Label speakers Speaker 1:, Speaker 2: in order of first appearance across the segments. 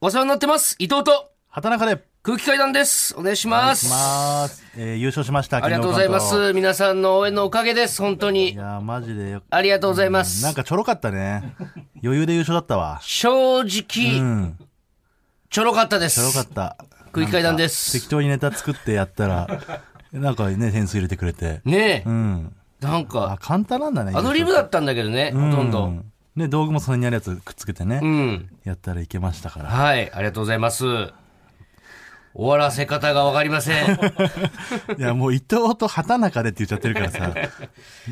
Speaker 1: お世話になってます。伊藤と
Speaker 2: 畑中で
Speaker 1: 空気階段です。お願いします。
Speaker 2: ます、 えー、優勝しました
Speaker 1: ありがとうございま
Speaker 2: 昨日関
Speaker 1: す。皆さんの応援のおかげです。本当
Speaker 2: 東い
Speaker 1: に。
Speaker 2: やーマジでよ
Speaker 1: ありがとうございます。
Speaker 2: なんかちょろかったね余裕で優勝だったわ
Speaker 1: 正
Speaker 2: う
Speaker 1: 直、
Speaker 2: ん
Speaker 1: ちょろかったで
Speaker 2: ちょろかっ
Speaker 1: す。
Speaker 2: た
Speaker 1: 空気階段で
Speaker 2: 適
Speaker 1: す。
Speaker 2: 当にネタ作ってやったらなんかね点数入れてくれて
Speaker 1: ねえ、
Speaker 2: うん
Speaker 1: なん
Speaker 2: あ
Speaker 1: か、
Speaker 2: 簡単なんだね
Speaker 1: アドリブだったんだけどね、ほとん
Speaker 2: う
Speaker 1: ど。
Speaker 2: んね道具もそれにあるやつくっつけてね、
Speaker 1: うん。
Speaker 2: やったらいけましたから
Speaker 1: はい、ありがとうございます。終わらせ方がわかりません。
Speaker 2: いや、もう伊藤と畑中でって言っちゃってるからさ、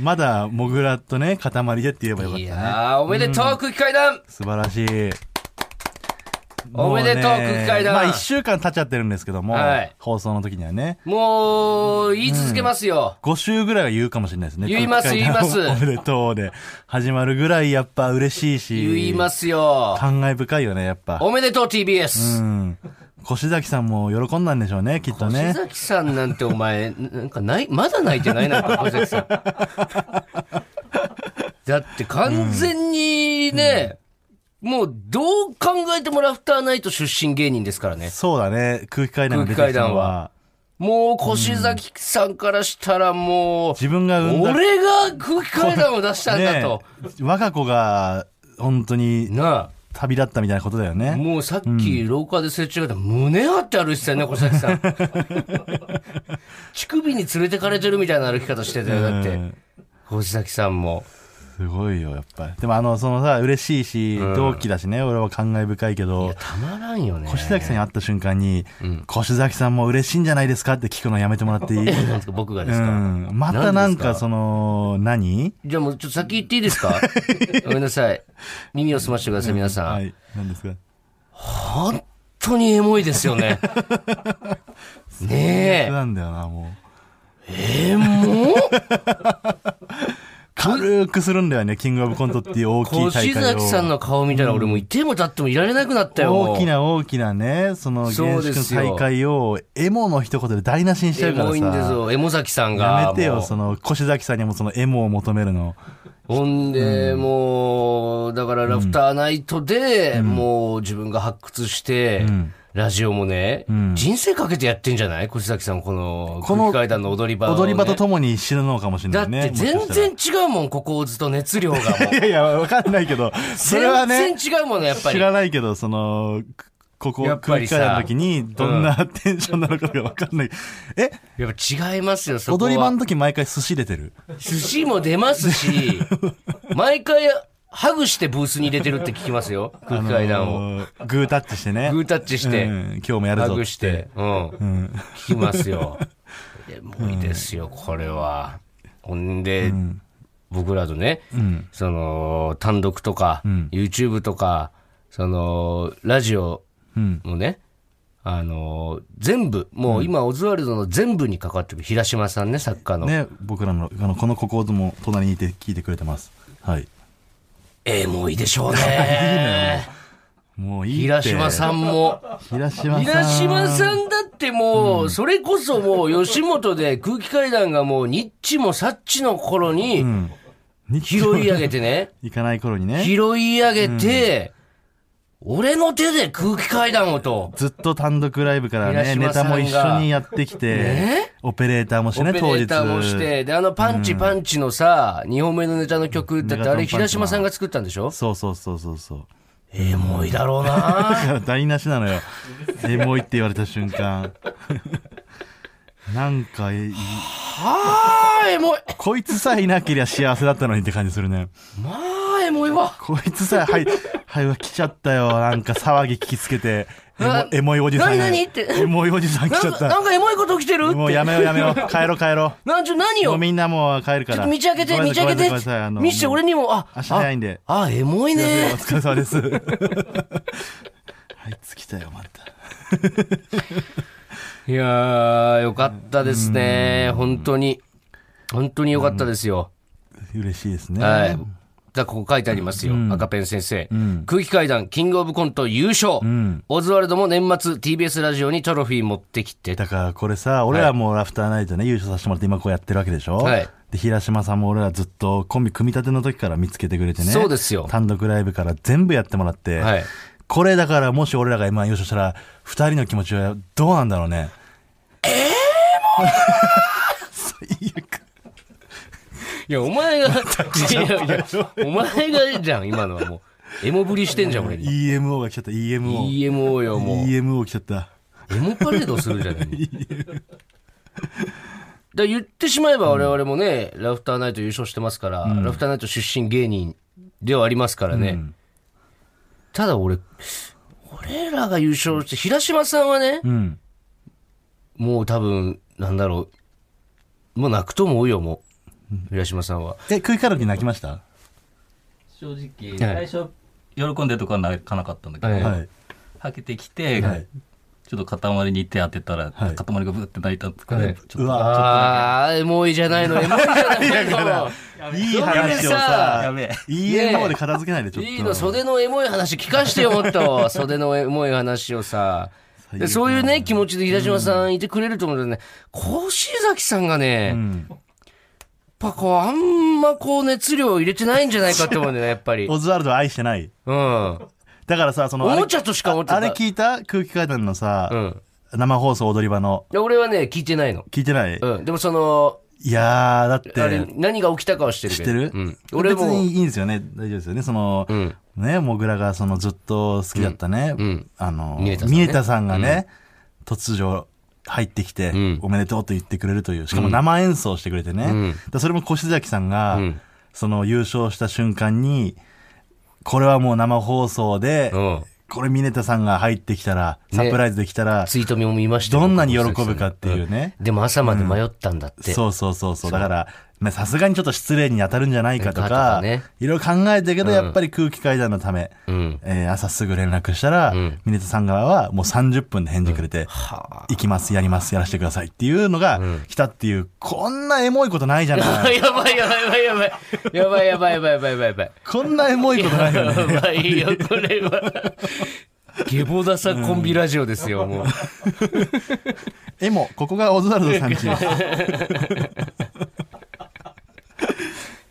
Speaker 2: まだモグラとね、塊でって言えばよかっ
Speaker 1: い
Speaker 2: たね。
Speaker 1: やー、おめでとう、空気階段
Speaker 2: 素晴らしい。
Speaker 1: おめでとう
Speaker 2: も
Speaker 1: 空気階段
Speaker 2: まあ、一週間経っちゃってるんですけども、
Speaker 1: はい
Speaker 2: 放送の時にはね、
Speaker 1: もう、言い続けますよ。
Speaker 2: 5週ぐらいは言うかもしれないですね。
Speaker 1: 言います
Speaker 2: 空気階段
Speaker 1: 言います
Speaker 2: おめでとうで、始まるぐらいやっぱ嬉しいし、
Speaker 1: 言いますよ。
Speaker 2: 感慨深いよね、やっぱ。
Speaker 1: おめでとう、
Speaker 2: う
Speaker 1: TBS。
Speaker 2: ん。越崎さんも喜んだんでしょうね、きっと
Speaker 1: 小
Speaker 2: ね。
Speaker 1: 崎さんなんてお前、 なんかない、まだ泣いてないなんか、小崎 さん。だって完全にね、もうどう考えてもラフターナイト出身芸人ですからね。
Speaker 2: そうだね、空気階段が出てきた
Speaker 1: 空気階
Speaker 2: の
Speaker 1: 段
Speaker 2: は
Speaker 1: は、もう越崎さんからしたらもう、
Speaker 2: 自分が生んだ
Speaker 1: 俺が空気階段を出したんだと。
Speaker 2: ねえ我が子が本当に
Speaker 1: な
Speaker 2: 旅立ったみたいなことだよ
Speaker 1: あ、
Speaker 2: ね。
Speaker 1: もうさっき廊下ですれ違った、胸張って歩いてたよね、小崎さ ん。乳首に連れてかれてるみたいな歩き方してたよ、だっ
Speaker 2: う
Speaker 1: て
Speaker 2: ん。
Speaker 1: 小崎さんも。
Speaker 2: すごいよ、やっぱり。でもあの、そのさ、嬉しいし、同期だしね、俺は感慨深いけ
Speaker 1: いや、
Speaker 2: ど、
Speaker 1: たまらんよね。
Speaker 2: 越崎さんに会った瞬間に、越崎さんも嬉しいんじゃないですかって聞くのやめてもらっていい
Speaker 1: なんですか僕がで
Speaker 2: う
Speaker 1: すか、
Speaker 2: ん。またなん
Speaker 1: 何で
Speaker 2: か、
Speaker 1: す
Speaker 2: その、何
Speaker 1: じゃあもうちょっと先言っていいです かごめんなさい。耳を澄ましてください、皆さん。
Speaker 2: はい。何ですか
Speaker 1: 本当にエモいですよ ね。ねえ。
Speaker 2: なんだよな、もう。
Speaker 1: えも
Speaker 2: 軽くするんだよね、キングオブコントっていう大きい
Speaker 1: 越
Speaker 2: 大会を。
Speaker 1: 崎さんの顔見たら俺もういても立ってもいられなくなったよ。もう
Speaker 2: 大きな大きなね、その
Speaker 1: そ
Speaker 2: 原
Speaker 1: うで
Speaker 2: 始
Speaker 1: す
Speaker 2: の
Speaker 1: よ
Speaker 2: 大会を、エモの一言で台無しにして
Speaker 1: エ
Speaker 2: るから
Speaker 1: モいんです
Speaker 2: さ。
Speaker 1: よ。エモ崎さんが。
Speaker 2: やめて
Speaker 1: も
Speaker 2: よ、
Speaker 1: う
Speaker 2: その、越崎さんにもそのエモを求めるの。
Speaker 1: ほんで、もう、だからラフターナイトで、もう自分が発掘して、ラジオもね、人生かけてやってんじゃない越崎さん、この、
Speaker 2: この
Speaker 1: 空気階段の踊り場をね、
Speaker 2: 踊り場とともに死ぬのかもしれ
Speaker 1: だ
Speaker 2: な
Speaker 1: っ
Speaker 2: いね。
Speaker 1: て全
Speaker 2: もしかしたら
Speaker 1: 然違うもん、ここをずっと熱量がもう。
Speaker 2: いやいや、わかんないけど、 それはね
Speaker 1: 全、然違うもの、やっぱ
Speaker 2: 知
Speaker 1: り。
Speaker 2: らないけど、その、ここ
Speaker 1: やっぱ
Speaker 2: 空
Speaker 1: り
Speaker 2: 気
Speaker 1: さ
Speaker 2: 階段の時に、どんな テンションなのかがわかんない。え、
Speaker 1: やっぱ違いますよ、そこは。
Speaker 2: 踊り場の時毎回寿司出てる
Speaker 1: 寿司も出ます し、毎回、ハグしてブースに入れてるって聞きますよ、空気階段を。
Speaker 2: あのーグータッチしてね。
Speaker 1: グータッチして
Speaker 2: うん今日もやる
Speaker 1: ハ
Speaker 2: ぞっつって。
Speaker 1: グして、うん。聞きますよ。でもういいですよ、これは。ほんで、僕らとね、その、単独とか、YouTube とか、その、ラジオのね、あの、全部、もう今、オズワルドの全部に関わってる、平島さんね、作家の。
Speaker 2: ね、僕らの、あの、このここでも隣にいて聞いてくれてます。はい。
Speaker 1: ええ、もういいでしょうね。
Speaker 2: もういいって。
Speaker 1: 平島さんも。
Speaker 2: 平島さん。
Speaker 1: 平島さんだってもう、それこそもう、吉本で空気階段がもう、ニッチもサッチの頃に、
Speaker 2: に
Speaker 1: 拾い上げて ね、
Speaker 2: 行かない頃にね、
Speaker 1: 拾い上げて、俺の手で空気階段をと、
Speaker 2: ずっと単独ライブからね、ネ
Speaker 1: 平島さ
Speaker 2: タ
Speaker 1: んが
Speaker 2: も一緒にやってきて、オペレーターもし
Speaker 1: オ
Speaker 2: て
Speaker 1: ペレ
Speaker 2: ね、当日。
Speaker 1: ーターもして、で、あのパンチパンチのさ、2本目のネタの曲だって、あ
Speaker 2: メガトンパン
Speaker 1: れ
Speaker 2: チマ
Speaker 1: 平島
Speaker 2: ン
Speaker 1: さんが作ったんでしょ
Speaker 2: そうそうそうそうそう。
Speaker 1: エモいだろうな
Speaker 2: だから台無しなのよ。エモいって言われた瞬間。 なんか、い
Speaker 1: はあ、エモい。
Speaker 2: こいつさえいなけりゃ幸せだったのにって感じするね。
Speaker 1: まあ、エモいわ。
Speaker 2: こいつさえ、はい、はい、来ちゃったよ。なんか騒ぎ聞きつけて、エ
Speaker 1: な
Speaker 2: モエモいおじさんが。
Speaker 1: 何何って
Speaker 2: エモいおじさん来
Speaker 1: な
Speaker 2: ちゃ
Speaker 1: ん
Speaker 2: っ
Speaker 1: か、な
Speaker 2: た。
Speaker 1: んかエモいこと起きてるって。
Speaker 2: もうやめようやめよう。帰ろう帰ろ
Speaker 1: なんちょ、何
Speaker 2: う。も
Speaker 1: よ
Speaker 2: う。みんなもう帰るか
Speaker 1: ちょっ
Speaker 2: ら。
Speaker 1: と道開けて、
Speaker 2: ご
Speaker 1: 道
Speaker 2: めんなさい
Speaker 1: 開けて
Speaker 2: ごめんなさいあ。の
Speaker 1: 見せて、俺にも、あ、
Speaker 2: 明日早いんで
Speaker 1: あ、あエモい
Speaker 2: もう
Speaker 1: ね
Speaker 2: お。疲れ様です。あいつ来たよ、また。
Speaker 1: いやー、よかったですね。本当に。本当によかったですよ。
Speaker 2: 嬉しいですね。
Speaker 1: はい。だからここ書いてありますよ。赤ペン先生。空気階段、キングオブコント優勝。オズワルドも年末 TBS ラジオにトロフィー持ってきて。
Speaker 2: だからこれさ、俺らもラフターナイトね、優勝させてもらって今こうやってるわけでしょ
Speaker 1: はい
Speaker 2: で、平島さんも俺らずっとコンビ組み立ての時から見つけてくれてね。
Speaker 1: そうですよ
Speaker 2: 単独ライブから全部やってもらって。
Speaker 1: はい
Speaker 2: これだからもし俺らが M1 優勝したら、二人の気持ちはどうなんだろうね。ええもう最悪。
Speaker 1: いや、お前が、いやいやお前がじゃん、今のはもう。エモぶりしてんじゃん、俺に。
Speaker 2: EMO が来ちゃった EMO。
Speaker 1: EMO よ、もう。エ
Speaker 2: EMO 来ちゃった。
Speaker 1: モパレードするじゃない。もうだから言ってしまえば我々もね、ラフターナイト優勝してますから、ラフターナイト出身芸人ではありますからね。ただ俺、俺らが優勝して、平島さんはね、
Speaker 2: うん。
Speaker 1: もう多分、なんだろう。もう泣くと思うよ、もう。平島さんは。
Speaker 2: え、食いカロキ泣きました
Speaker 3: 正直、
Speaker 1: はい
Speaker 3: 最初喜んでるとこは泣かなかったんだけど、
Speaker 1: は
Speaker 3: はい
Speaker 2: はい。
Speaker 3: けてきて、
Speaker 2: はい
Speaker 3: ちょっと塊に手当てたら、
Speaker 2: はい
Speaker 3: 塊がぶって泣いたんですかね、
Speaker 1: はい
Speaker 3: ちょっと
Speaker 2: うわ
Speaker 1: あー、エモいじゃないの、エモいじゃないの。
Speaker 2: いい話を
Speaker 3: や
Speaker 2: さ、
Speaker 3: べえ
Speaker 1: ね
Speaker 2: EMO で片付けないでちょっと。
Speaker 1: いいの、袖のエモい話聞かしてよ、もっと。袖のエモい話をさ。でそういうね、気持ちで平島さんいてくれると思うんだよね。甲子崎さんがね、やっ
Speaker 2: うん。
Speaker 1: ぱこう、あんまこう熱量を入れてないんじゃないかって思うんだよね、やっぱ り。うん。
Speaker 2: オズワルドは愛してない。
Speaker 1: お
Speaker 2: だからさ、その、あれ
Speaker 1: もちゃとしか思って
Speaker 2: あれ
Speaker 1: ない。
Speaker 2: 聞いた空気階段のさ
Speaker 1: う、ん。
Speaker 2: 生放送踊り場の。
Speaker 1: で俺はね、聞いてないの。
Speaker 2: 聞いてない
Speaker 1: うん。でもその、
Speaker 2: いやー、だっ
Speaker 1: あれ、
Speaker 2: て、
Speaker 1: 何が起きたかは知ってる
Speaker 2: 知
Speaker 1: け
Speaker 2: っ
Speaker 1: ど。
Speaker 2: てる
Speaker 1: うん。俺
Speaker 2: 別
Speaker 1: も
Speaker 2: に、いいんですよね。大丈夫ですよね。その
Speaker 1: う、ん。
Speaker 2: ね、モグラがそのずっと好きだったね、
Speaker 1: うん
Speaker 2: あの、
Speaker 1: ミネタさんね
Speaker 2: ミネタさんがね、突如入ってきて、
Speaker 1: ん
Speaker 2: おめでとうと言ってくれるという、しかも生演奏してくれてね、
Speaker 1: ん
Speaker 2: だからそれも越崎さんが、
Speaker 1: ん
Speaker 2: その優勝した瞬間に、これはもう生放送で、
Speaker 1: うん。
Speaker 2: これミネタさんが入ってきたら、サプライズできたら、
Speaker 1: ツイートも見ましたよ
Speaker 2: どんなに喜ぶかっていう。ね。
Speaker 1: でも朝まで迷ったんだって。
Speaker 2: そうそうそうそう。だから、ねさすがにちょっと失礼に当たるんじゃないかと
Speaker 1: なんかと
Speaker 2: か、
Speaker 1: かね
Speaker 2: いろいろ考えたけ
Speaker 1: う
Speaker 2: ど、
Speaker 1: ん
Speaker 2: やっぱり空気階段のため、
Speaker 1: うん。
Speaker 2: えー朝すぐ連絡したら、
Speaker 1: ん
Speaker 2: ミネタさん側はもう30分で返事くれて、
Speaker 1: は
Speaker 2: 行きます、やります、やらせてくださいっていうのが来たっていう、こんなエモいことないじ ゃ
Speaker 1: あ。。
Speaker 2: ない
Speaker 1: やばいやばいやばいやばい。やばいやばいやばいやばいやばい。
Speaker 2: こんなエモいことないよ ね。
Speaker 1: やばいよ、これは。ゲボダサコンビラジオですよ、もう。
Speaker 2: エモ、ここがオズワルドさ んち。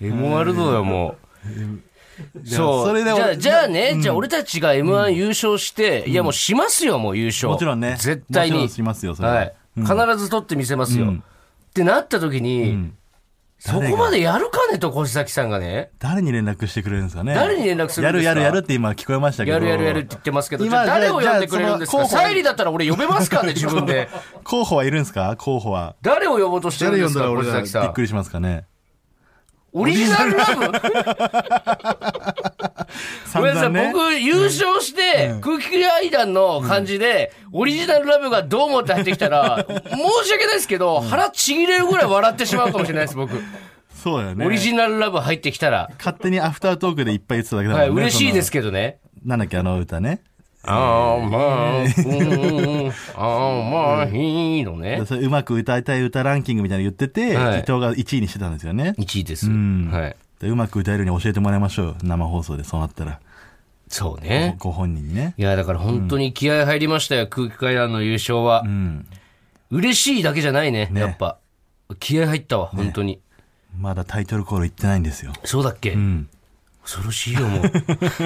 Speaker 1: M ワルドだよ、もう。そう。
Speaker 2: それ
Speaker 1: じ
Speaker 2: で
Speaker 1: ゃあ、
Speaker 2: 俺
Speaker 1: じゃあね、じゃあ俺たちが M1 優勝して、いやもうしますよ、もう優勝。
Speaker 2: もちろんね
Speaker 1: 絶対に。
Speaker 2: もちろんしますよそれは
Speaker 1: はい。必ず取ってみせますよ。
Speaker 2: うん
Speaker 1: ってなった時に、そ
Speaker 2: 誰
Speaker 1: こ
Speaker 2: が
Speaker 1: までやるかねと、越崎さんがね。
Speaker 2: 誰に連絡してくれるんですかね。
Speaker 1: 誰に連絡するんですか
Speaker 2: やるやるやるって今聞こえましたけど。
Speaker 1: やるやるやるって言ってますけど、じゃあ
Speaker 2: 今
Speaker 1: 誰を呼んでくれるんです
Speaker 2: じゃ
Speaker 1: か
Speaker 2: あその
Speaker 1: サイリだったら俺呼べますかね、自分で。
Speaker 2: 候補はいるんですか候補は。
Speaker 1: 誰を呼ぼうとしてるん
Speaker 2: 誰
Speaker 1: で
Speaker 2: 呼ん
Speaker 1: す
Speaker 2: だ、
Speaker 1: から
Speaker 2: 俺
Speaker 1: 越
Speaker 2: がび
Speaker 1: 崎さ
Speaker 2: っ
Speaker 1: ん
Speaker 2: く。りしますかね。
Speaker 1: オリジナルラブ
Speaker 2: 散
Speaker 1: ごめんなさ
Speaker 2: 々
Speaker 1: い、
Speaker 2: ね。
Speaker 1: 僕、優勝して、空気階段の感じで、オリジナルラブがどうもって入ってきたら、申し訳ないですけど、腹ちぎれるぐらい笑ってしまうかもしれないです、 僕。
Speaker 2: そうだよね。
Speaker 1: オリジナルラブ入ってきたら。
Speaker 2: 勝手にアフタートークでいっぱい言ってただけだもん
Speaker 1: は
Speaker 2: ね。
Speaker 1: い、嬉しいで
Speaker 2: そ
Speaker 1: すけどね。
Speaker 2: の。なんだっけ、あの歌ね。
Speaker 1: あーまあ、うーん、あーまあ、いいのね。
Speaker 2: それうまく歌いたい歌ランキングみたいなの言ってて、
Speaker 1: はい
Speaker 2: 伊藤が1位にしてたんですよね。
Speaker 1: 1位です。
Speaker 2: ん
Speaker 1: はい。
Speaker 2: でうまく歌えるように教えてもらいましょうよ。生放送でそうなったら。
Speaker 1: そうね。
Speaker 2: ご本人にね。
Speaker 1: いや、だから本当に気合入りましたよ、空気階段の優勝は。
Speaker 2: うん。
Speaker 1: 嬉しいだけじゃないね、
Speaker 2: ね
Speaker 1: やっぱ。気合入ったわ、本当に。
Speaker 2: まだタイトルコール言ってないんですよ。
Speaker 1: そうだっけ
Speaker 2: うん。
Speaker 1: 恐ろしいよ、 もう。い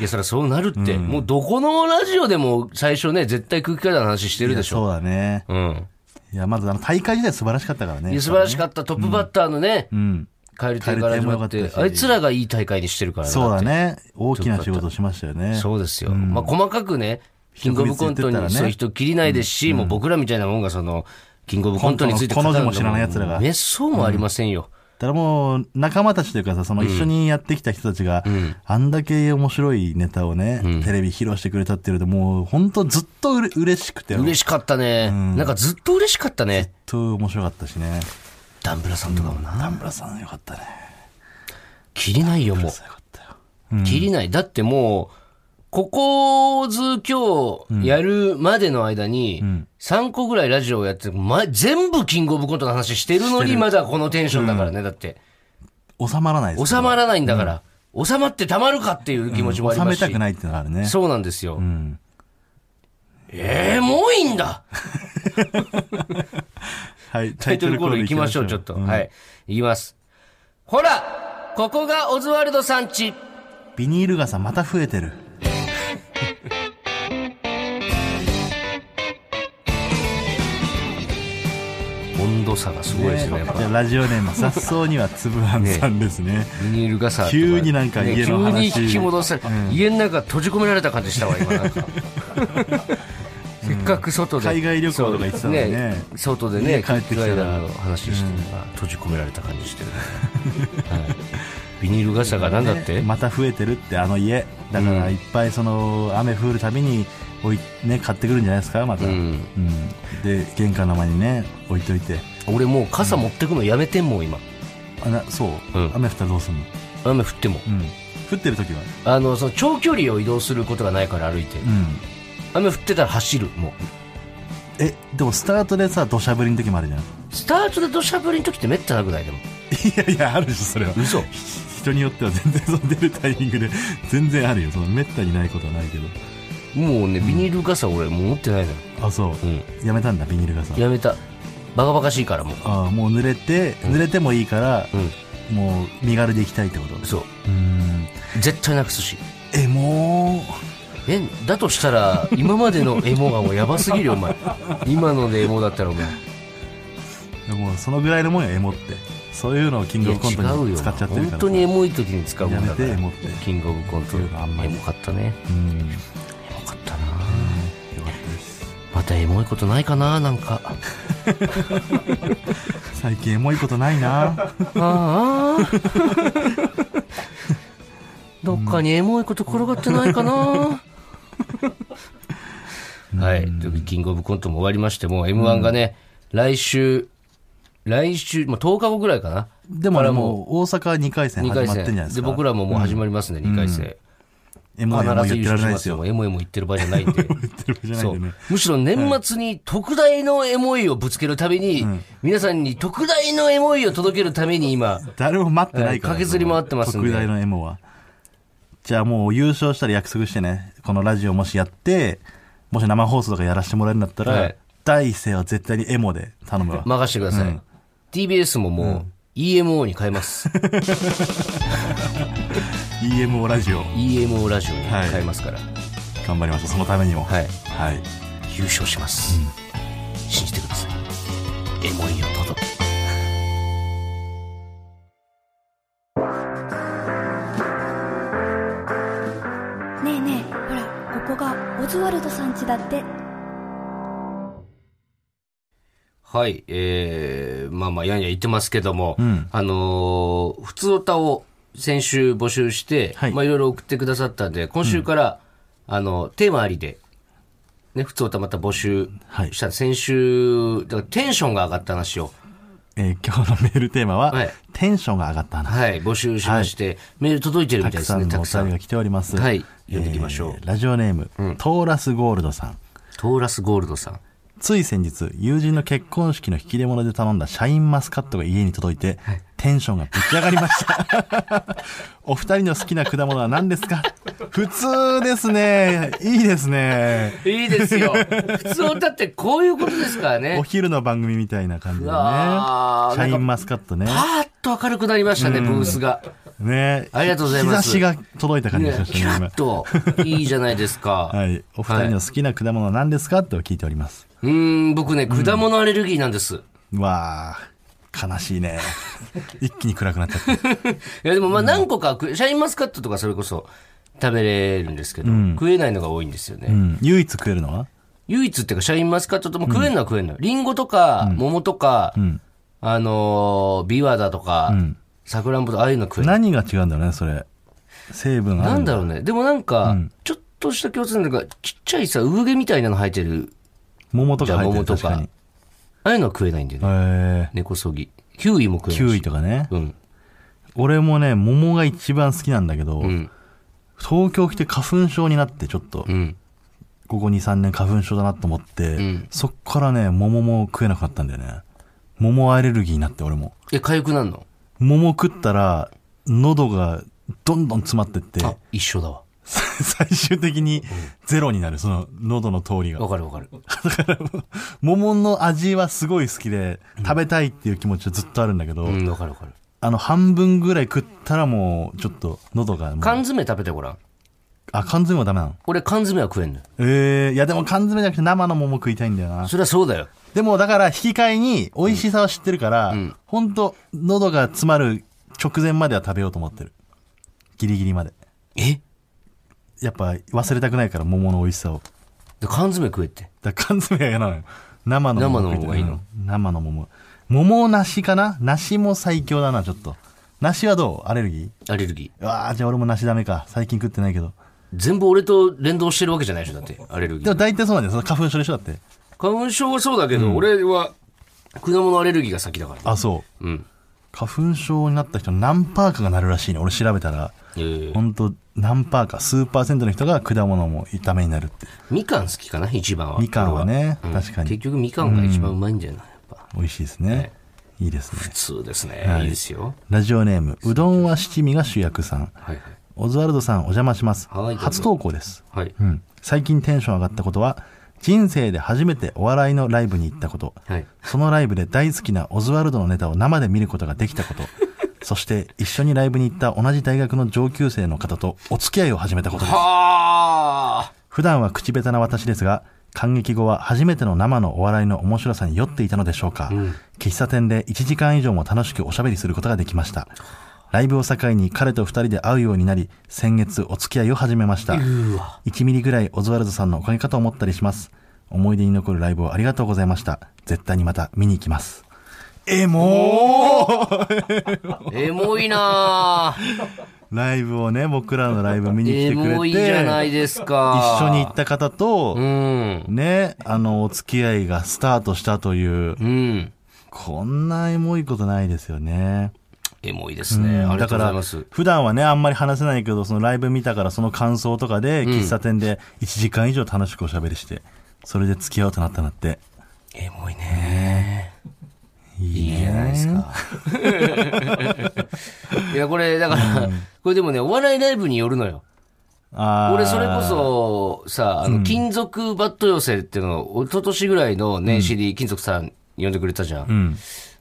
Speaker 1: や、そりゃそうなるって、もうどこのラジオでも最初ね、絶対空気階段の話してるでしょ。
Speaker 2: そうだね。
Speaker 1: うん。
Speaker 2: いや、まずあの大会自体素晴らしかったからね。
Speaker 1: いや素晴らしかった、トップバッターのね、
Speaker 2: うん。
Speaker 1: カエル亭から始まっ
Speaker 2: 蛙亭も
Speaker 1: て
Speaker 2: 良かっ、たし
Speaker 1: あいつらがいい大会にしてるから
Speaker 2: そうだ
Speaker 1: って
Speaker 2: ね。大きな仕事しましたよね。
Speaker 1: そうですよ。まあ、細かくね、キングオブコント
Speaker 2: 一つ見つけてたら
Speaker 1: に
Speaker 2: ね
Speaker 1: そういう人切りないですし、もう僕らみたいなもんがその、キングオブコントについて
Speaker 2: コントの
Speaker 1: 語る
Speaker 2: この字も知らない奴らが
Speaker 1: 滅相もありませんよ。
Speaker 2: ただもう、仲間たちというかさ、その一緒にやってきた人たちが、あんだけ面白いネタをね、テレビ披露してくれたっていうので、もう本当ずっとうれ嬉しくて、ずっ
Speaker 1: 嬉しかったね。なんかずっと嬉しかったね。
Speaker 2: と面白かったしね。
Speaker 1: ダンブラさんとかもな。
Speaker 2: 田村さんよかったね。
Speaker 1: 切りないよ、もう。
Speaker 2: よかったよ。
Speaker 1: 切りない。だってもう、ここず今日やるまでの間に、3個ぐらいラジオをやって、ま、全部キングオブコントの話してるのに、まだこのテンションだからね、だって。
Speaker 2: 収まらないです
Speaker 1: 収まらないんだから、収まってたまるかっていう気持ちもあり
Speaker 2: 収
Speaker 1: ま
Speaker 2: め
Speaker 1: すし。
Speaker 2: たくないっていうのがあるね。
Speaker 1: そうなんですよ。ええもういいんだ
Speaker 2: はい、
Speaker 1: タイトルコール行きましょう、ちょっと。はい。行きます。ほらここがオズワルドさんち
Speaker 2: ビニール傘また増えてる。
Speaker 1: 温度差がすごいですね、やっぱ
Speaker 2: じゃあラジオネーム、雑草にはつぶあんさんですね。
Speaker 1: ビニール傘とか
Speaker 2: 急になんか
Speaker 1: ね
Speaker 2: 家の話
Speaker 1: 急に引き戻され、
Speaker 2: うん
Speaker 1: 家の中閉じ込められた感じしたわ今なんか せっかく外で
Speaker 2: 海外旅行とか行ってたのにね
Speaker 1: そう外で
Speaker 2: 家
Speaker 1: ね
Speaker 2: 帰ってきたら
Speaker 1: 海外の話してるから閉じ込められた感じ してる、はいビニール傘がなんだって、
Speaker 2: ねまた増えてるって、あの家。だから、いっぱいその、雨降るたびに、おい、ね、買ってくるんじゃないですか、また。
Speaker 1: う
Speaker 2: うん。
Speaker 1: ん、
Speaker 2: で、玄関の前にね、置いといて。
Speaker 1: 俺もう傘持ってくのやめてんもん今
Speaker 2: あな、そう。
Speaker 1: うん
Speaker 2: 雨降ったらどうすんの
Speaker 1: 雨降っても
Speaker 2: うん。降ってる時は
Speaker 1: あのその長距離を移動することがないから歩いて、
Speaker 2: うん。
Speaker 1: 雨降ってたら走るもう
Speaker 2: え、でもスタートでさ、土砂降りの時もあるじゃん。い
Speaker 1: スタートで土砂降りの時ってめったなくないでも
Speaker 2: やいや、あるでしょ、それは。
Speaker 1: 嘘
Speaker 2: 人によっては全然その出るタイミングで全然あるよそのめったにないことはないけど
Speaker 1: もうねビニール傘俺もう持ってないのよ
Speaker 2: あそ
Speaker 1: う
Speaker 2: う、
Speaker 1: ん
Speaker 2: やめたんだビニール傘
Speaker 1: やめたバカバカしいからもう
Speaker 2: ああもう濡れて、濡れてもいいから、
Speaker 1: う
Speaker 2: もう身軽で行きたいってこと
Speaker 1: んそう
Speaker 2: うん
Speaker 1: 絶対なくすし
Speaker 2: えも
Speaker 1: えだとしたら今までのエモがもうやばすぎるよお前今のでエモだったらお前
Speaker 2: うもうそのぐらいのもんよエモってそういうのをキン
Speaker 1: い
Speaker 2: グ
Speaker 1: や
Speaker 2: オブコン
Speaker 1: 違
Speaker 2: ト
Speaker 1: う
Speaker 2: に
Speaker 1: よ
Speaker 2: 使っちゃってるから
Speaker 1: 本当にエモい時に使うもんだから
Speaker 2: やめてエモって
Speaker 1: キングオブコント
Speaker 2: っていうかあんま
Speaker 1: エ
Speaker 2: り
Speaker 1: モかったね
Speaker 2: うん
Speaker 1: エ
Speaker 2: よ
Speaker 1: モかったな
Speaker 2: かったです
Speaker 1: またエモいことないかななんかあ
Speaker 2: 最近エモいことな いな
Speaker 1: あ どっかにエモいこと転がってないかなはい。ということでキングオブコントも終わりまして、もう M1 がね、来週、来週、まあ、10日後ぐらいかな。
Speaker 2: でもあれもう大阪2回戦
Speaker 1: 2
Speaker 2: 始ま
Speaker 1: 回
Speaker 2: ってんじゃ
Speaker 1: 戦。
Speaker 2: ないです
Speaker 1: で、
Speaker 2: か
Speaker 1: 僕らももう始まりますね、2回戦。
Speaker 2: エモいエモい
Speaker 1: 必ず優
Speaker 2: 言ってら
Speaker 1: 勝
Speaker 2: れ
Speaker 1: し
Speaker 2: ない
Speaker 1: ま
Speaker 2: ですす
Speaker 1: よ。
Speaker 2: よ
Speaker 1: エモエモ言ってる場合じゃないんで。
Speaker 2: 言ってる場合じゃ ない
Speaker 1: そ
Speaker 2: ん
Speaker 1: う
Speaker 2: でね
Speaker 1: むしろ年末に特大のエモいをぶつけるために、皆さんに特大のエモいを届けるためめに今、
Speaker 2: 誰も待ってないから、
Speaker 1: はい駆けずり回ってますんで
Speaker 2: 特大のエモはじゃあもう優勝したら約束してねこのラジオもしやってもし生放送とかやらせてもらえるんだったら、
Speaker 1: はい
Speaker 2: 第一声は絶対にエモで頼むわ、
Speaker 1: 任してください、TBS ももう EMO に変え ます、
Speaker 2: EMO ラジオ
Speaker 1: EMO ラジオに変えますから、
Speaker 2: 頑張りましょうそのためにも
Speaker 1: はい
Speaker 2: はい、
Speaker 1: 優勝します、信じてくださいエモいよどうぞ
Speaker 4: ねえねえほらここがオズワルドさん家だって
Speaker 1: はいえー、まあまあやんや言ってますけども、
Speaker 2: ん
Speaker 1: あのー普通歌を先週募集して、
Speaker 2: はい
Speaker 1: いまあ、いろいろ送ってくださったんで今週から、あのテーマありで、ね、普通歌また募集
Speaker 2: はい
Speaker 1: した、先週だからテンションが上がった話を
Speaker 2: えー今日のメールテーマは、
Speaker 1: はい
Speaker 2: テンションが上がった話、
Speaker 1: はい、募集しまして、メール届いてるみた
Speaker 2: た
Speaker 1: い
Speaker 2: く
Speaker 1: で
Speaker 2: さ
Speaker 1: すね、
Speaker 2: んの
Speaker 1: た
Speaker 2: お
Speaker 1: くさ
Speaker 2: 便り
Speaker 1: ん
Speaker 2: が。来ております
Speaker 1: はい読んでいきましょう
Speaker 2: ラジオネーム、トーラスゴールドさん
Speaker 1: トーラスゴールドさん。
Speaker 2: つい先日、友人の結婚式の引き出物で頼んだシャインマスカットが家に届いて、テンションがぶち上がりました。 お二人の好きな果物は何ですか普通ですね。いいですね。
Speaker 1: いいですよ。普通歌ってこういうことですから
Speaker 2: お
Speaker 1: ね。
Speaker 2: 昼の番組みたいな感じでね。シ
Speaker 1: うわー
Speaker 2: ャインマスカットね。
Speaker 1: パーッと明るくなりましたね、ブースが。
Speaker 2: ね
Speaker 1: ありがとうございます
Speaker 2: 日差しが届いた感じ
Speaker 1: ね
Speaker 2: がしま、
Speaker 1: キ
Speaker 2: した
Speaker 1: ラ
Speaker 2: ね
Speaker 1: ッ。と。いいじゃないですか。
Speaker 2: 今はい。お二人の好きな果物は何ですかと聞いております。
Speaker 1: うーん、僕ね、果物アレルギーなんです。
Speaker 2: うわー、悲しいね。一気に暗くなっちゃった。
Speaker 1: いや、でもまあ何個か、シャインマスカットとかそれこそ食べれるんですけど、食えないのが多いんですよね。
Speaker 2: うん。唯一食えるのは
Speaker 1: 唯一っていうか、シャインマスカットとも食えんのは食えんのよ。リンゴとか、桃とか、あのー、ビワだとか、サクランボとか、ああいうの食えんの
Speaker 2: 何が違うんだろうねそれ成分あ
Speaker 1: な
Speaker 2: る
Speaker 1: ん
Speaker 2: の
Speaker 1: だろうね。でもなんか、ちょっとした共通点が、ちっちゃいさ、産毛みたいなの生えてる。
Speaker 2: 桃と
Speaker 1: じ
Speaker 2: か
Speaker 1: ゃあ
Speaker 2: 入って
Speaker 1: 桃
Speaker 2: る
Speaker 1: と
Speaker 2: 確か
Speaker 1: か
Speaker 2: に。
Speaker 1: ああいうのは食えないんだよ
Speaker 2: へ
Speaker 1: ね。
Speaker 2: え
Speaker 1: 根こそぎ。キウイも食えないし。
Speaker 2: キウイとかね、
Speaker 1: うん。
Speaker 2: 俺もね桃が一番好きなんだけど、
Speaker 1: ん
Speaker 2: 東京来て花粉症になってちょっと、
Speaker 1: うん。
Speaker 2: ここ23年花粉症だなと思って、
Speaker 1: ん
Speaker 2: そっからね桃も食えなくなったんだよね桃アレルギーになって俺も
Speaker 1: え、痒くなるの
Speaker 2: 桃食ったら喉がどんどん詰まってって
Speaker 1: あ、一緒だわ。
Speaker 2: 最終的にゼロになるその喉の通りが
Speaker 1: わかるわかる。
Speaker 2: 桃の味はすごい好きで、食べたいっていう気持ちはずっとあるんだけど、
Speaker 1: うん、わかるわかる。
Speaker 2: あの、半分ぐらい食ったらもう、ちょっと、喉がもう
Speaker 1: 缶詰食べてごらん。
Speaker 2: あ、缶詰はダメなの
Speaker 1: 俺缶詰は食えんのよ
Speaker 2: ええいやでも缶詰じゃなくて生の桃食いたいんだよな。
Speaker 1: それはそうだよ
Speaker 2: でもだから引き換えに美味しさは知ってるから、ほんと喉が詰まる直前までは食べようと思ってる。ギリギリまで。
Speaker 1: え
Speaker 2: やっぱ忘れたくないから桃の美味しさを。
Speaker 1: で缶詰食えって
Speaker 2: だから缶詰は嫌なのよ。生の
Speaker 1: 生の
Speaker 2: 桃
Speaker 1: 桃がいいの
Speaker 2: うん生の桃。桃梨かな梨も最強だな、ちょっと。梨はどうアレルギ
Speaker 1: アレルギー
Speaker 2: ーうわあじゃあ俺も梨ダメか。最近食ってないけど。
Speaker 1: 全部俺と連動してるわけじゃないでしょだってアレルギ
Speaker 2: でも
Speaker 1: ー
Speaker 2: 大体そうなんだよ。その花粉症でしょだって。
Speaker 1: 花粉症はそうだけど、俺は果物アレルギーが先だから、ね、
Speaker 2: あ、そう。
Speaker 1: うん
Speaker 2: 花粉症になった人何パーかがなるらしいね。俺調べたら。
Speaker 1: えー
Speaker 2: 本当何パーか数パーセントの人が果物もダメになるって
Speaker 1: みかん好きかな一番は
Speaker 2: みかんはね
Speaker 1: 俺
Speaker 2: 確かに
Speaker 1: 結局みかんが一番うまいんじゃない、やっぱ
Speaker 2: 美味しいですねいいですね
Speaker 1: 普通ですね、い、いですよ
Speaker 2: ラジオネームうどんは七味が主役さん
Speaker 1: はい
Speaker 2: オズワルドさんお邪魔します
Speaker 1: はいどうぞ
Speaker 2: 初投稿です、
Speaker 1: はい、はい
Speaker 2: うん、最近テンション上がったことは人生で初めてお笑いのライブに行ったこと
Speaker 1: はい
Speaker 2: そのライブで大好きなオズワルドのネタを生で見ることができ たことそして一緒にライブに行った同じ大学の上級生の方とお付き合いを始めたことです
Speaker 1: はあ
Speaker 2: 普段は口下手な私ですが感激後は初めての生のお笑いの面白さに酔っていたのでしょうか、喫茶店で1時間以上も楽しくおしゃべりすることができましたライブを境に彼と2人で会うようになり先月お付き合いを始めました1ミリぐらいオズワルドさんのおかげかと思ったりします思い出に残るライブをありがとうございました絶対にまた見に行きますえもう
Speaker 1: エモいなあ
Speaker 2: ライブをね僕らのライ ブ見に来
Speaker 1: エ
Speaker 2: てくれ
Speaker 1: モ
Speaker 2: て
Speaker 1: いじゃないですか
Speaker 2: 一緒に行った方と、
Speaker 1: うん
Speaker 2: ね、あの、お付き合いがスタートしたという、
Speaker 1: うん
Speaker 2: こんなエモいことないですよね。
Speaker 1: エモいですね、
Speaker 2: うん
Speaker 1: ありがとうございま
Speaker 2: だ
Speaker 1: す
Speaker 2: から、普段はね、あんまり話せないけど、そのライブ見たから、その感想とかで、喫茶店で1時間以上楽しくおしゃべりして、それで付き合おうとなったなって。
Speaker 1: エモいね
Speaker 2: い
Speaker 1: いいじゃないですか。 いやこれだから、これでもねお笑いライブによるのよ
Speaker 2: あー
Speaker 1: 俺それこ、そさあの金属バット寄せっていうのを一昨年ぐらいの年始に金属さん呼んでくれたじゃん、
Speaker 2: うん。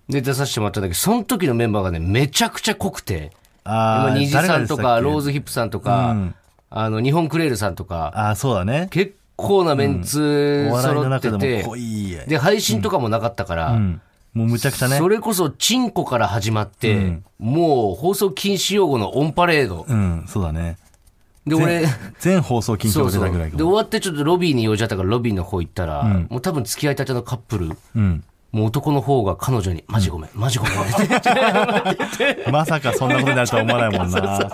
Speaker 1: で出させてもらったんだけどその時のメンバーがねめちゃくちゃ濃くて
Speaker 2: あ
Speaker 1: 今
Speaker 2: ー
Speaker 1: 虹さんとかロー。
Speaker 2: 誰がでしたっけ
Speaker 1: ズヒップさんと
Speaker 2: う
Speaker 1: か
Speaker 2: ん
Speaker 1: あの日本クレールさんとか
Speaker 2: あー、そうだね。
Speaker 1: 結構なメンツ
Speaker 2: お笑い
Speaker 1: 揃
Speaker 2: の
Speaker 1: っ
Speaker 2: 中
Speaker 1: て
Speaker 2: で
Speaker 1: て
Speaker 2: も濃い。
Speaker 1: で配信とかもなかったから、
Speaker 2: うん。もうむちゃくちゃね。
Speaker 1: それこそチンコから始まって、もう放送禁止用語のオンパレード
Speaker 2: うん、そうだね。
Speaker 1: で俺
Speaker 2: 全放送緊張
Speaker 1: そう
Speaker 2: が出
Speaker 1: そう
Speaker 2: たぐらいか
Speaker 1: で終
Speaker 2: も。
Speaker 1: わってちょっとロビーに用事あったからロビーの方行ったら、もう多分付き合いたてのカップル
Speaker 2: うん。
Speaker 1: もう男の方が彼女に「マジごめん、マジごめん」って
Speaker 2: まさかそんなことになるとは思わないもんな。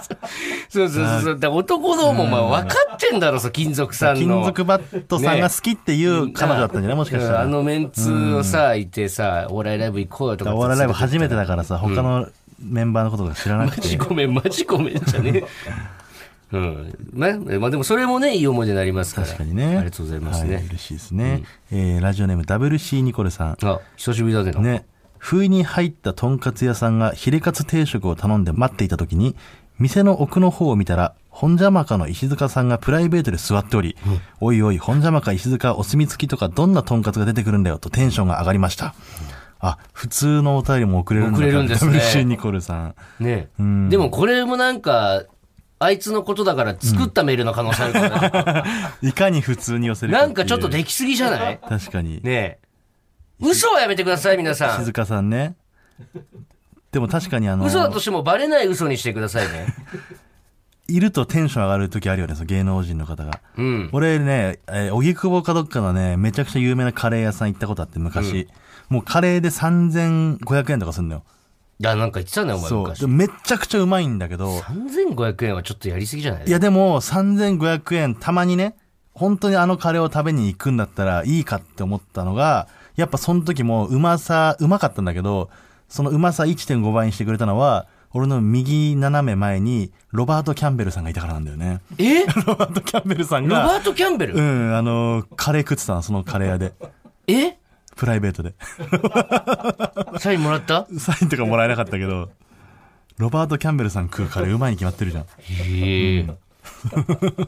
Speaker 1: そうそうそうそうだから男の方もまあ分かってんだろそう金属さんの
Speaker 2: 金属バットさんが好きっていう彼女だったんじゃないもしかした
Speaker 1: うんあ
Speaker 2: ら。
Speaker 1: のメンツをさいてさお笑いライブ行こうよとか
Speaker 2: お笑いライブ初めて
Speaker 1: だ
Speaker 2: だからさ、他のメンバーのことが知らな
Speaker 1: マ
Speaker 2: く
Speaker 1: ジ
Speaker 2: て。
Speaker 1: ごめんマジごめんじゃねえうんねまあでもそれもねいい思い出になりますから
Speaker 2: 確かにね。
Speaker 1: ありがとうございます
Speaker 2: は
Speaker 1: ね、
Speaker 2: 嬉しいですね。えーラジオネーム WC ニコルさん。
Speaker 1: あ久しぶりだねなんか
Speaker 2: ね、不意に入ったとんかつ屋さんがヒレカツ定食を頼んで待っていた時に、店の奥の方を見たら、本邪魔かの石塚さんがプライベートで座っており、おいおい、本邪魔か石塚お墨付きとかどんなとんかつが出てくるんだよとテンションが上がりました。あ、普通のお便りも送れるんだ
Speaker 1: 送れるんですね
Speaker 2: WC ニコルさん。
Speaker 1: ねでもこれもなんかあいつのことだから作ったメールの可能性あるから ね、
Speaker 2: いかに普通に寄せる
Speaker 1: な
Speaker 2: か
Speaker 1: んかちょっとで
Speaker 2: き
Speaker 1: きすぎじゃない
Speaker 2: 確かに。
Speaker 1: ねえ嘘はやめてください皆さ
Speaker 2: 石
Speaker 1: ん
Speaker 2: 塚さんね。でも確かにあの、
Speaker 1: 嘘だとしてもバレない嘘にしてください ね
Speaker 2: いるとテンション上がる時あるよね、その芸能人の方が。
Speaker 1: うん
Speaker 2: 俺ね、えー、荻窪かどっかのね、めちゃくちゃ有名なカレー屋さん行ったことあって、昔。もうカレーで3500円とかすんのよ。
Speaker 1: あなんか言ってたねお前
Speaker 2: そう。
Speaker 1: 昔
Speaker 2: でめちゃくちゃうまいんだけど、
Speaker 1: 3500円はちょっとやりすぎじゃない
Speaker 2: いやでも3500円たまにね、本当にあのカレーを食べに行くんだったらいいかって思ったのが、やっぱその時もうまさ、うまかったんだけど、そのうまさ1.5倍にしてくれたのは、俺の右斜め前に、ロバート・キャンベルさんがいたからなんだよね。
Speaker 1: え
Speaker 2: ロバート・キャンベルさん
Speaker 1: ロ
Speaker 2: が、
Speaker 1: バート・キャンベル、
Speaker 2: うん、あのーカレー食ってたの、そのカレー屋で。
Speaker 1: え
Speaker 2: プライベートで。
Speaker 1: サインもらった
Speaker 2: サインとかもらえなかったけど、ロバート・キャンベルさん食うカレーうまいに決まってるじゃん。
Speaker 1: へえ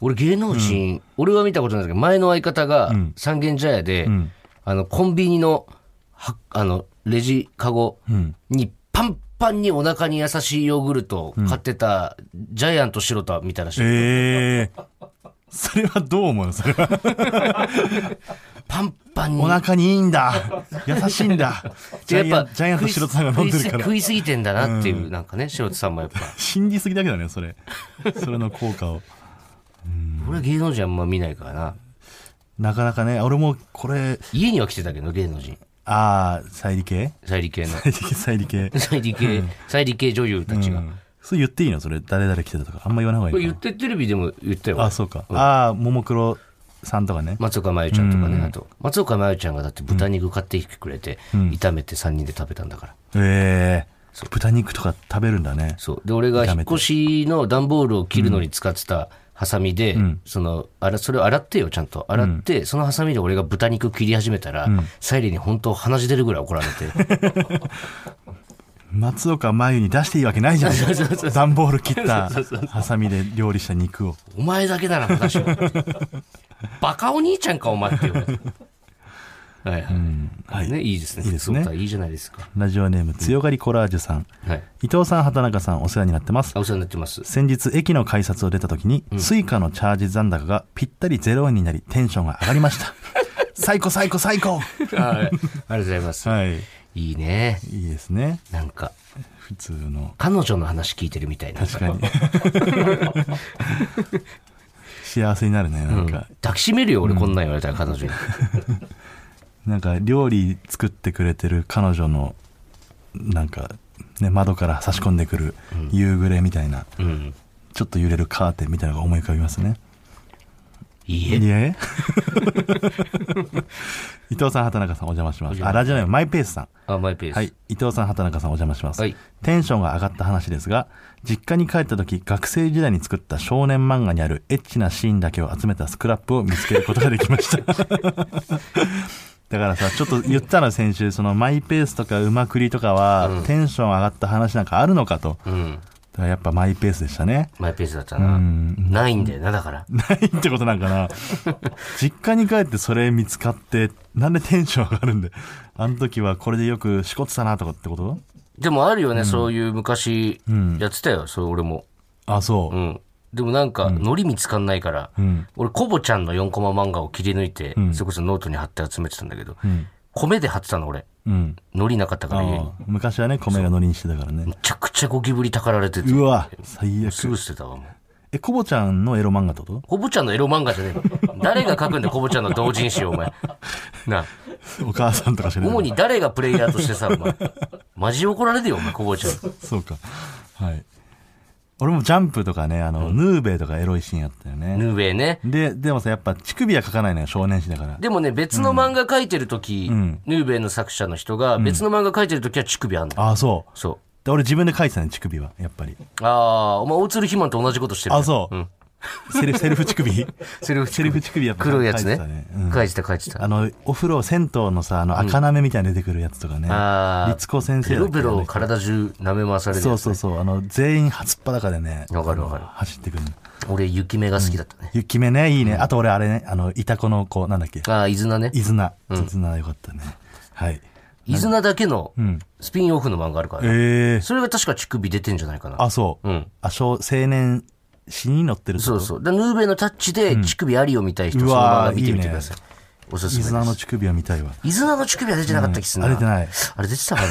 Speaker 1: 俺芸能人、俺は見たことないですけど前の相方が三軒茶屋で、
Speaker 2: ん
Speaker 1: あのコンビニのはあのレジカゴにパン般にお腹に優しいヨーグルトを買ってた、ジャイアント白田みたいな人、
Speaker 2: ええそれはどう思うのそれは。
Speaker 1: パンパンに。
Speaker 2: お腹にいいんだ。優しいんだ。ジ
Speaker 1: や
Speaker 2: ャ
Speaker 1: っ
Speaker 2: イアン
Speaker 1: ぱ
Speaker 2: ジャイアント白田さんが飲んでるか
Speaker 1: 食い
Speaker 2: ら
Speaker 1: 食。いすぎてんだなっていう、なんかね、白田さんもやっぱ。
Speaker 2: 信じすぎだけだね、それ。それの効果を。
Speaker 1: 俺は芸能人あんま見ないからな。
Speaker 2: なかなかね、俺もこれ、
Speaker 1: 家には来てたけど、芸能人。
Speaker 2: ああ、サイリ系
Speaker 1: サイリ系の。
Speaker 2: サイリ系、サイリ系。
Speaker 1: サイリ系、サイリ系女優たちが。
Speaker 2: うんそう言っていいのそれ、誰々来てたとか。あんま言わない方
Speaker 1: こ
Speaker 2: がい
Speaker 1: れ
Speaker 2: い
Speaker 1: 言
Speaker 2: の
Speaker 1: って、テレビでも言ったよ。
Speaker 2: あ、そうか。ああ、ももクロさんとかね。
Speaker 1: 松岡真優ちゃんとかね、あと。松岡真優ちゃんがだって豚肉買ってきてくれて、炒めて3人で食べたんだから。
Speaker 2: ええ豚肉とか食べるんだね。
Speaker 1: そう。で、俺が
Speaker 2: 炒
Speaker 1: 引っ
Speaker 2: めて
Speaker 1: 越しの段ボールを切るのに使ってたハサミで、その、あら、それを洗ってよ、ちゃんと。洗って、そのハサミで俺が豚肉切り始めたら、サイリに本当鼻血出るぐらい怒られ て、
Speaker 2: 松岡真優に出していいわけな いじゃん。段ボール切ったハサミで料理した肉を。
Speaker 1: お前だけだな、 私は。バカお兄ちゃんか、お前って言われて。はいはい。
Speaker 2: はい
Speaker 1: ね、いいですね。
Speaker 2: いいですね
Speaker 1: そうだいいじゃないですか。
Speaker 2: ラジオネーム、強がりコラージュさん。
Speaker 1: はい。
Speaker 2: 伊藤さん、畑中さん、お世話になってます
Speaker 1: あ。お世話になってます。
Speaker 2: 先日、駅の改札を出た時に、スイカのチャージ残高がぴったり0円になり、テンションが上がり ました。最高、最高、最高
Speaker 1: はい。ありがとうございます。
Speaker 2: はい。
Speaker 1: いいね。
Speaker 2: いいですね。
Speaker 1: なんか、
Speaker 2: 普通の。
Speaker 1: 彼女の話聞いてるみ たいな。
Speaker 2: 確かに。幸せになるね、なんか。
Speaker 1: 抱きしめるよ、俺こんなん言われたら彼女に。
Speaker 2: なんか料理作ってくれてる彼女のなんか、ね、窓から差し込んでくる夕暮れみたいな、
Speaker 1: うん。
Speaker 2: ちょっと揺れるカーテンみたいなのが思い浮かびますね。
Speaker 1: いいえ
Speaker 2: い。え 伊藤さん、畑中さんお邪魔します。あ、ラジオネームマイペースさん。
Speaker 1: あ、マイペース。
Speaker 2: はい。伊藤さん、畑中さんお邪魔します。
Speaker 1: はい
Speaker 2: テンションが上がった話ですが、実家に帰った時、学生時代に作った少年漫画にあるエッチなシーンだけを集めたスクラップを見つけることができました。 だからさ、ちょっと言ったら先週、そのマイペースとかうまくりとかは、テンション上がった話なんかあるのかと。だ
Speaker 1: うん。
Speaker 2: からやっぱマイペースでしたね。
Speaker 1: マイペースだったな。ないんだよな、だから。
Speaker 2: ないってことなんかな。実家に帰ってそれ見つかって、なんでテンション上がるんで。あの時はこれでよくしこってたなとかってこと
Speaker 1: でもあるよね、そういう昔、やってたよ、それ俺も。
Speaker 2: あ、そう
Speaker 1: う。ん。でもなんか、ノリ見つかんないから、俺、コボちゃんの4コマ漫画を切り抜いて、それこそノートに貼って集めてたんだけど、米で貼ってたの、俺。
Speaker 2: うん。
Speaker 1: ノリなかったから家に。
Speaker 2: ああ昔はね米がのりにしてたからね
Speaker 1: めちゃくちゃゴキブリたかられてて
Speaker 2: うわ最
Speaker 1: す
Speaker 2: 悪
Speaker 1: ぐ捨てたわもう
Speaker 2: えコボちゃんのエロ漫画ってこと
Speaker 1: コボちゃんのエロ漫画じゃねえの誰が書くんだよコボちゃんの同人誌をお前なあ
Speaker 2: お母さんとか知らな
Speaker 1: 主
Speaker 2: い
Speaker 1: に誰がプレイヤーとしてさお前マジ怒られるよお前コボちゃん
Speaker 2: そうかはい俺もジャンプとかねあの、ヌーベイとかエロいシーンあったよね
Speaker 1: ヌーベイね
Speaker 2: ででもさやっぱ乳首は書かないのよ少年誌だから
Speaker 1: でもね別の漫画書いてる時、ヌーベイの作者の人が別の漫画書いてる時は乳首あんだ、
Speaker 2: ああそう
Speaker 1: そう
Speaker 2: で俺自分で書いてたね乳首はやっぱり
Speaker 1: ああお前大鶴ひまんと同じことしてるね
Speaker 2: あそう、セル フセルフ乳首
Speaker 1: セルフ
Speaker 2: セルフ乳首やっぱ
Speaker 1: 黒いやつ
Speaker 2: 書いてた
Speaker 1: ね
Speaker 2: ねうん
Speaker 1: 書いてた書いてた
Speaker 2: あのお風呂銭湯のさあの赤なめみたいに出てくるやつとかね、
Speaker 1: あー
Speaker 2: 律子先生
Speaker 1: ベ
Speaker 2: だっ
Speaker 1: ロ
Speaker 2: け
Speaker 1: ベロ体中舐め回されるやつ
Speaker 2: そうそうそう。あの、全員初っ裸でね。
Speaker 1: わかるわかる
Speaker 2: あの走ってくるの。
Speaker 1: 俺雪目が好きだったね、
Speaker 2: 雪目ね、いいね。あと俺あれね、あの、イタコの子、なんだっけ。
Speaker 1: ああ伊豆菜ね
Speaker 2: イズナ。イズナよかったね。はい。
Speaker 1: 伊豆名だけのスピンオフの漫画あるからね、
Speaker 2: ええ。
Speaker 1: それが確か乳首出てんじゃないかな。
Speaker 2: あ、そう。
Speaker 1: うん。
Speaker 2: あ、小、青年誌に乗ってるってこ
Speaker 1: そ
Speaker 2: と
Speaker 1: うそう。で、ヌーベのタッチで乳首ありを見たい人、
Speaker 2: うん
Speaker 1: そのまま見てみて
Speaker 2: うわーいいね
Speaker 1: ください。おす
Speaker 2: イ
Speaker 1: す
Speaker 2: ズ
Speaker 1: め
Speaker 2: ナ
Speaker 1: で
Speaker 2: の
Speaker 1: す。
Speaker 2: 乳首を見たいわ。
Speaker 1: 伊豆名の乳首は出てなかった気すんな。
Speaker 2: あれてない。
Speaker 1: あれ出てたか な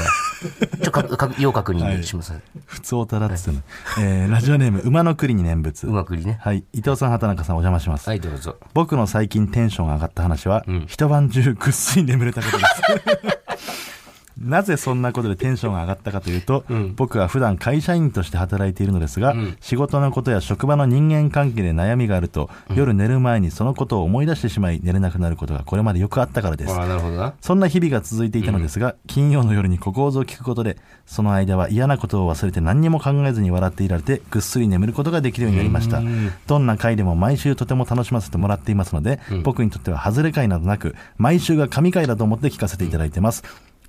Speaker 1: ちょ、か、か、要確認します。
Speaker 2: 普通おたらっつってね。えーラジオネーム、馬の栗に念仏
Speaker 1: う。まくりね。
Speaker 2: はい。伊藤さん、畑中さん、お邪魔します
Speaker 1: は。い、どうぞ。
Speaker 2: 僕の最近テンションが上がった話は、一晩中ぐっすり眠れたことです。 なぜそんなことでテンションが上がったかというと、僕は普段会社員として働いているのですが、仕事のことや職場の人間関係で悩みがあると、夜寝る前にそのことを思い出してしまい寝れなくなることがこれまでよくあったからです。
Speaker 1: ああ、なるほどな。
Speaker 2: そんな日々が続いていたのですが、金曜の夜に小構図を聞くことで、その間は嫌なことを忘れて何にも考えずに笑っていられて、ぐっすり眠ることができるようになりました。どんな回でも毎週とても楽しませてもらっていますので、僕にとっては外れ回などなく、毎週が神回だと思って聞かせていただいてます。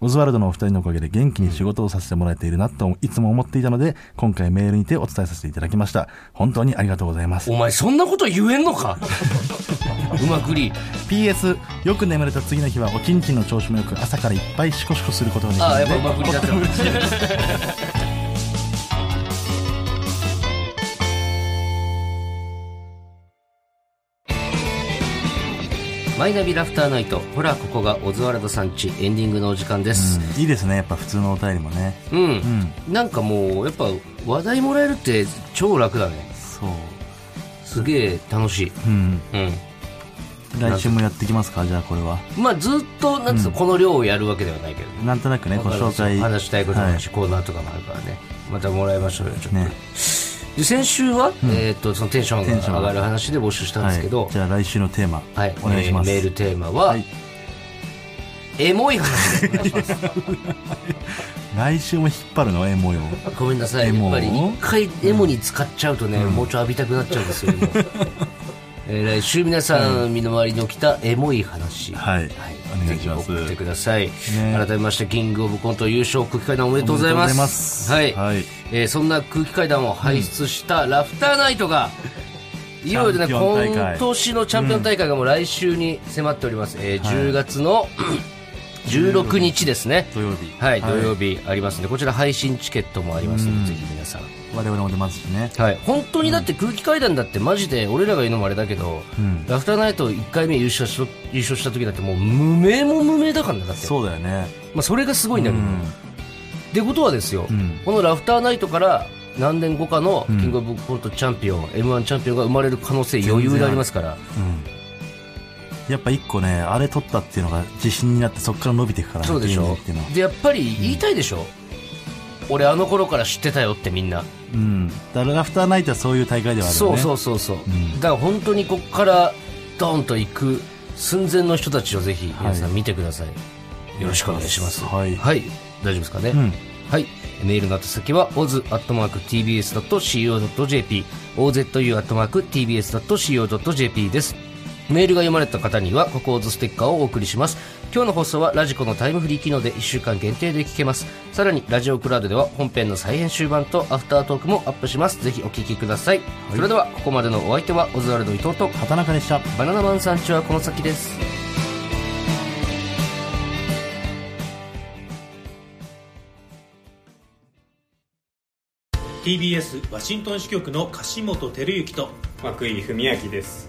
Speaker 2: オズワルドのお二人のおかげで元気に仕事をさせてもらえているなといつも思っていたので、今回メールにてお伝えさせていただきました。本当にありがとうございます
Speaker 1: お。前、そんなこと言えんのか うまくり。
Speaker 2: PS よく眠れた次の日はおちんちんの調子もよく朝からいっぱいシコシコすることができる
Speaker 1: ああ、やっぱう
Speaker 2: の
Speaker 1: まく
Speaker 2: で
Speaker 1: りだった。マイナビラフターナイトほらここがオズワルドさんちエンディングのお時間です
Speaker 2: うんいいですねやっぱ普通のお便りもね
Speaker 1: うん、なんかもうやっぱ話題もらえるって超楽だね
Speaker 2: そう
Speaker 1: すげえ楽しい
Speaker 2: うん
Speaker 1: うん
Speaker 2: 来週もやってきますかじゃあこれは
Speaker 1: まあずっとなんつうの、この量をやるわけではないけどね
Speaker 2: なんとなくねご紹介
Speaker 1: 話したいこともあ
Speaker 2: は
Speaker 1: るし、コーナーとかもあるからねまたもらいましょうよちょっと、
Speaker 2: ね
Speaker 1: で先週は、えー、とそのテンショ
Speaker 2: テンシ
Speaker 1: ン
Speaker 2: ョ
Speaker 1: が
Speaker 2: ンが
Speaker 1: 上がる話で募集したんですけど、
Speaker 2: はい、じゃあ来週のテーマ、
Speaker 1: はい
Speaker 2: お願いします、
Speaker 1: えーメールテーマは、
Speaker 2: はい
Speaker 1: エモい話でお願いしま す
Speaker 2: 来週も引っ張るのエモいを
Speaker 1: ごめんなさい
Speaker 2: エ
Speaker 1: や
Speaker 2: モ
Speaker 1: っぱり一回エモに使っちゃうとね、もうちょい浴びたくなっちゃうんですよ、 もうえー来週皆さん、身の回りに起きたエモい話
Speaker 2: はいお願いします
Speaker 1: ぜひ送ってください、
Speaker 2: ね
Speaker 1: 改めましてキングオブコント優勝空気階段おめでとうございます
Speaker 2: お
Speaker 1: は
Speaker 2: め
Speaker 1: い
Speaker 2: でとうございますはい
Speaker 1: えーそんな空気階段を輩出したラフターナイトが、いよいよね
Speaker 2: チャンピオン大
Speaker 1: 今
Speaker 2: 会
Speaker 1: 年のチャンピオン大会がもう来週に迫っております、えー10月の16日ですね
Speaker 2: 土曜日
Speaker 1: はい、土曜日ありますんで、こちら配信チケットもありますので、ぜひ皆さん。
Speaker 2: 我々も出ますしね
Speaker 1: はい、本当にだって空気階段だってマジで俺らが言うのもあれだけど、
Speaker 2: ん
Speaker 1: ラフターナイト1回目優勝し優勝した時だってもう無名も無名だからねだって、ま
Speaker 2: そうだよね
Speaker 1: あ、それがすごいんだけど、
Speaker 2: うん
Speaker 1: ってことはですよ、
Speaker 2: うん
Speaker 1: このラフターナイトから何年後かのキングオブコントチャンピオン、m 1チャンピオンが生まれる可能性余裕でありますから
Speaker 2: うんやっぱ一個ねあれ取ったっていうのが自信になってそこから伸びていくから
Speaker 1: そうでし
Speaker 2: 芸人
Speaker 1: ょ
Speaker 2: っていうのは
Speaker 1: でやっぱり言いたいでしょ、俺あの頃から知ってたよってみんな、
Speaker 2: うんだからラフターナイトはそういう大会ではあるよ
Speaker 1: そう
Speaker 2: ね
Speaker 1: そううそうそう、
Speaker 2: ん
Speaker 1: だから本当にここからドーンと行く寸前の人たちをぜひ皆さん見てください、よろしくお願いします
Speaker 2: はい
Speaker 1: はい、大丈夫ですかね、
Speaker 2: ん
Speaker 1: はいメールの宛先は oz.tbs.co.jp ozu.tbs.co.jp ですメールが読まれた方には、ここオズステッカーをお送りします。今日の放送はラジコのタイムフリー機能で1週間限定で聞けます。さらに、ラジオクラウドでは本編の再編集版とアフタートークもアップします。ぜひお聞きください。それでは、ここまでのお相手は、オズワルド伊藤と、
Speaker 2: 畑中でした
Speaker 1: バナナマンさんちはこの先です。
Speaker 5: TBS ワシントン支局の樫本照之と
Speaker 6: 涌井文明です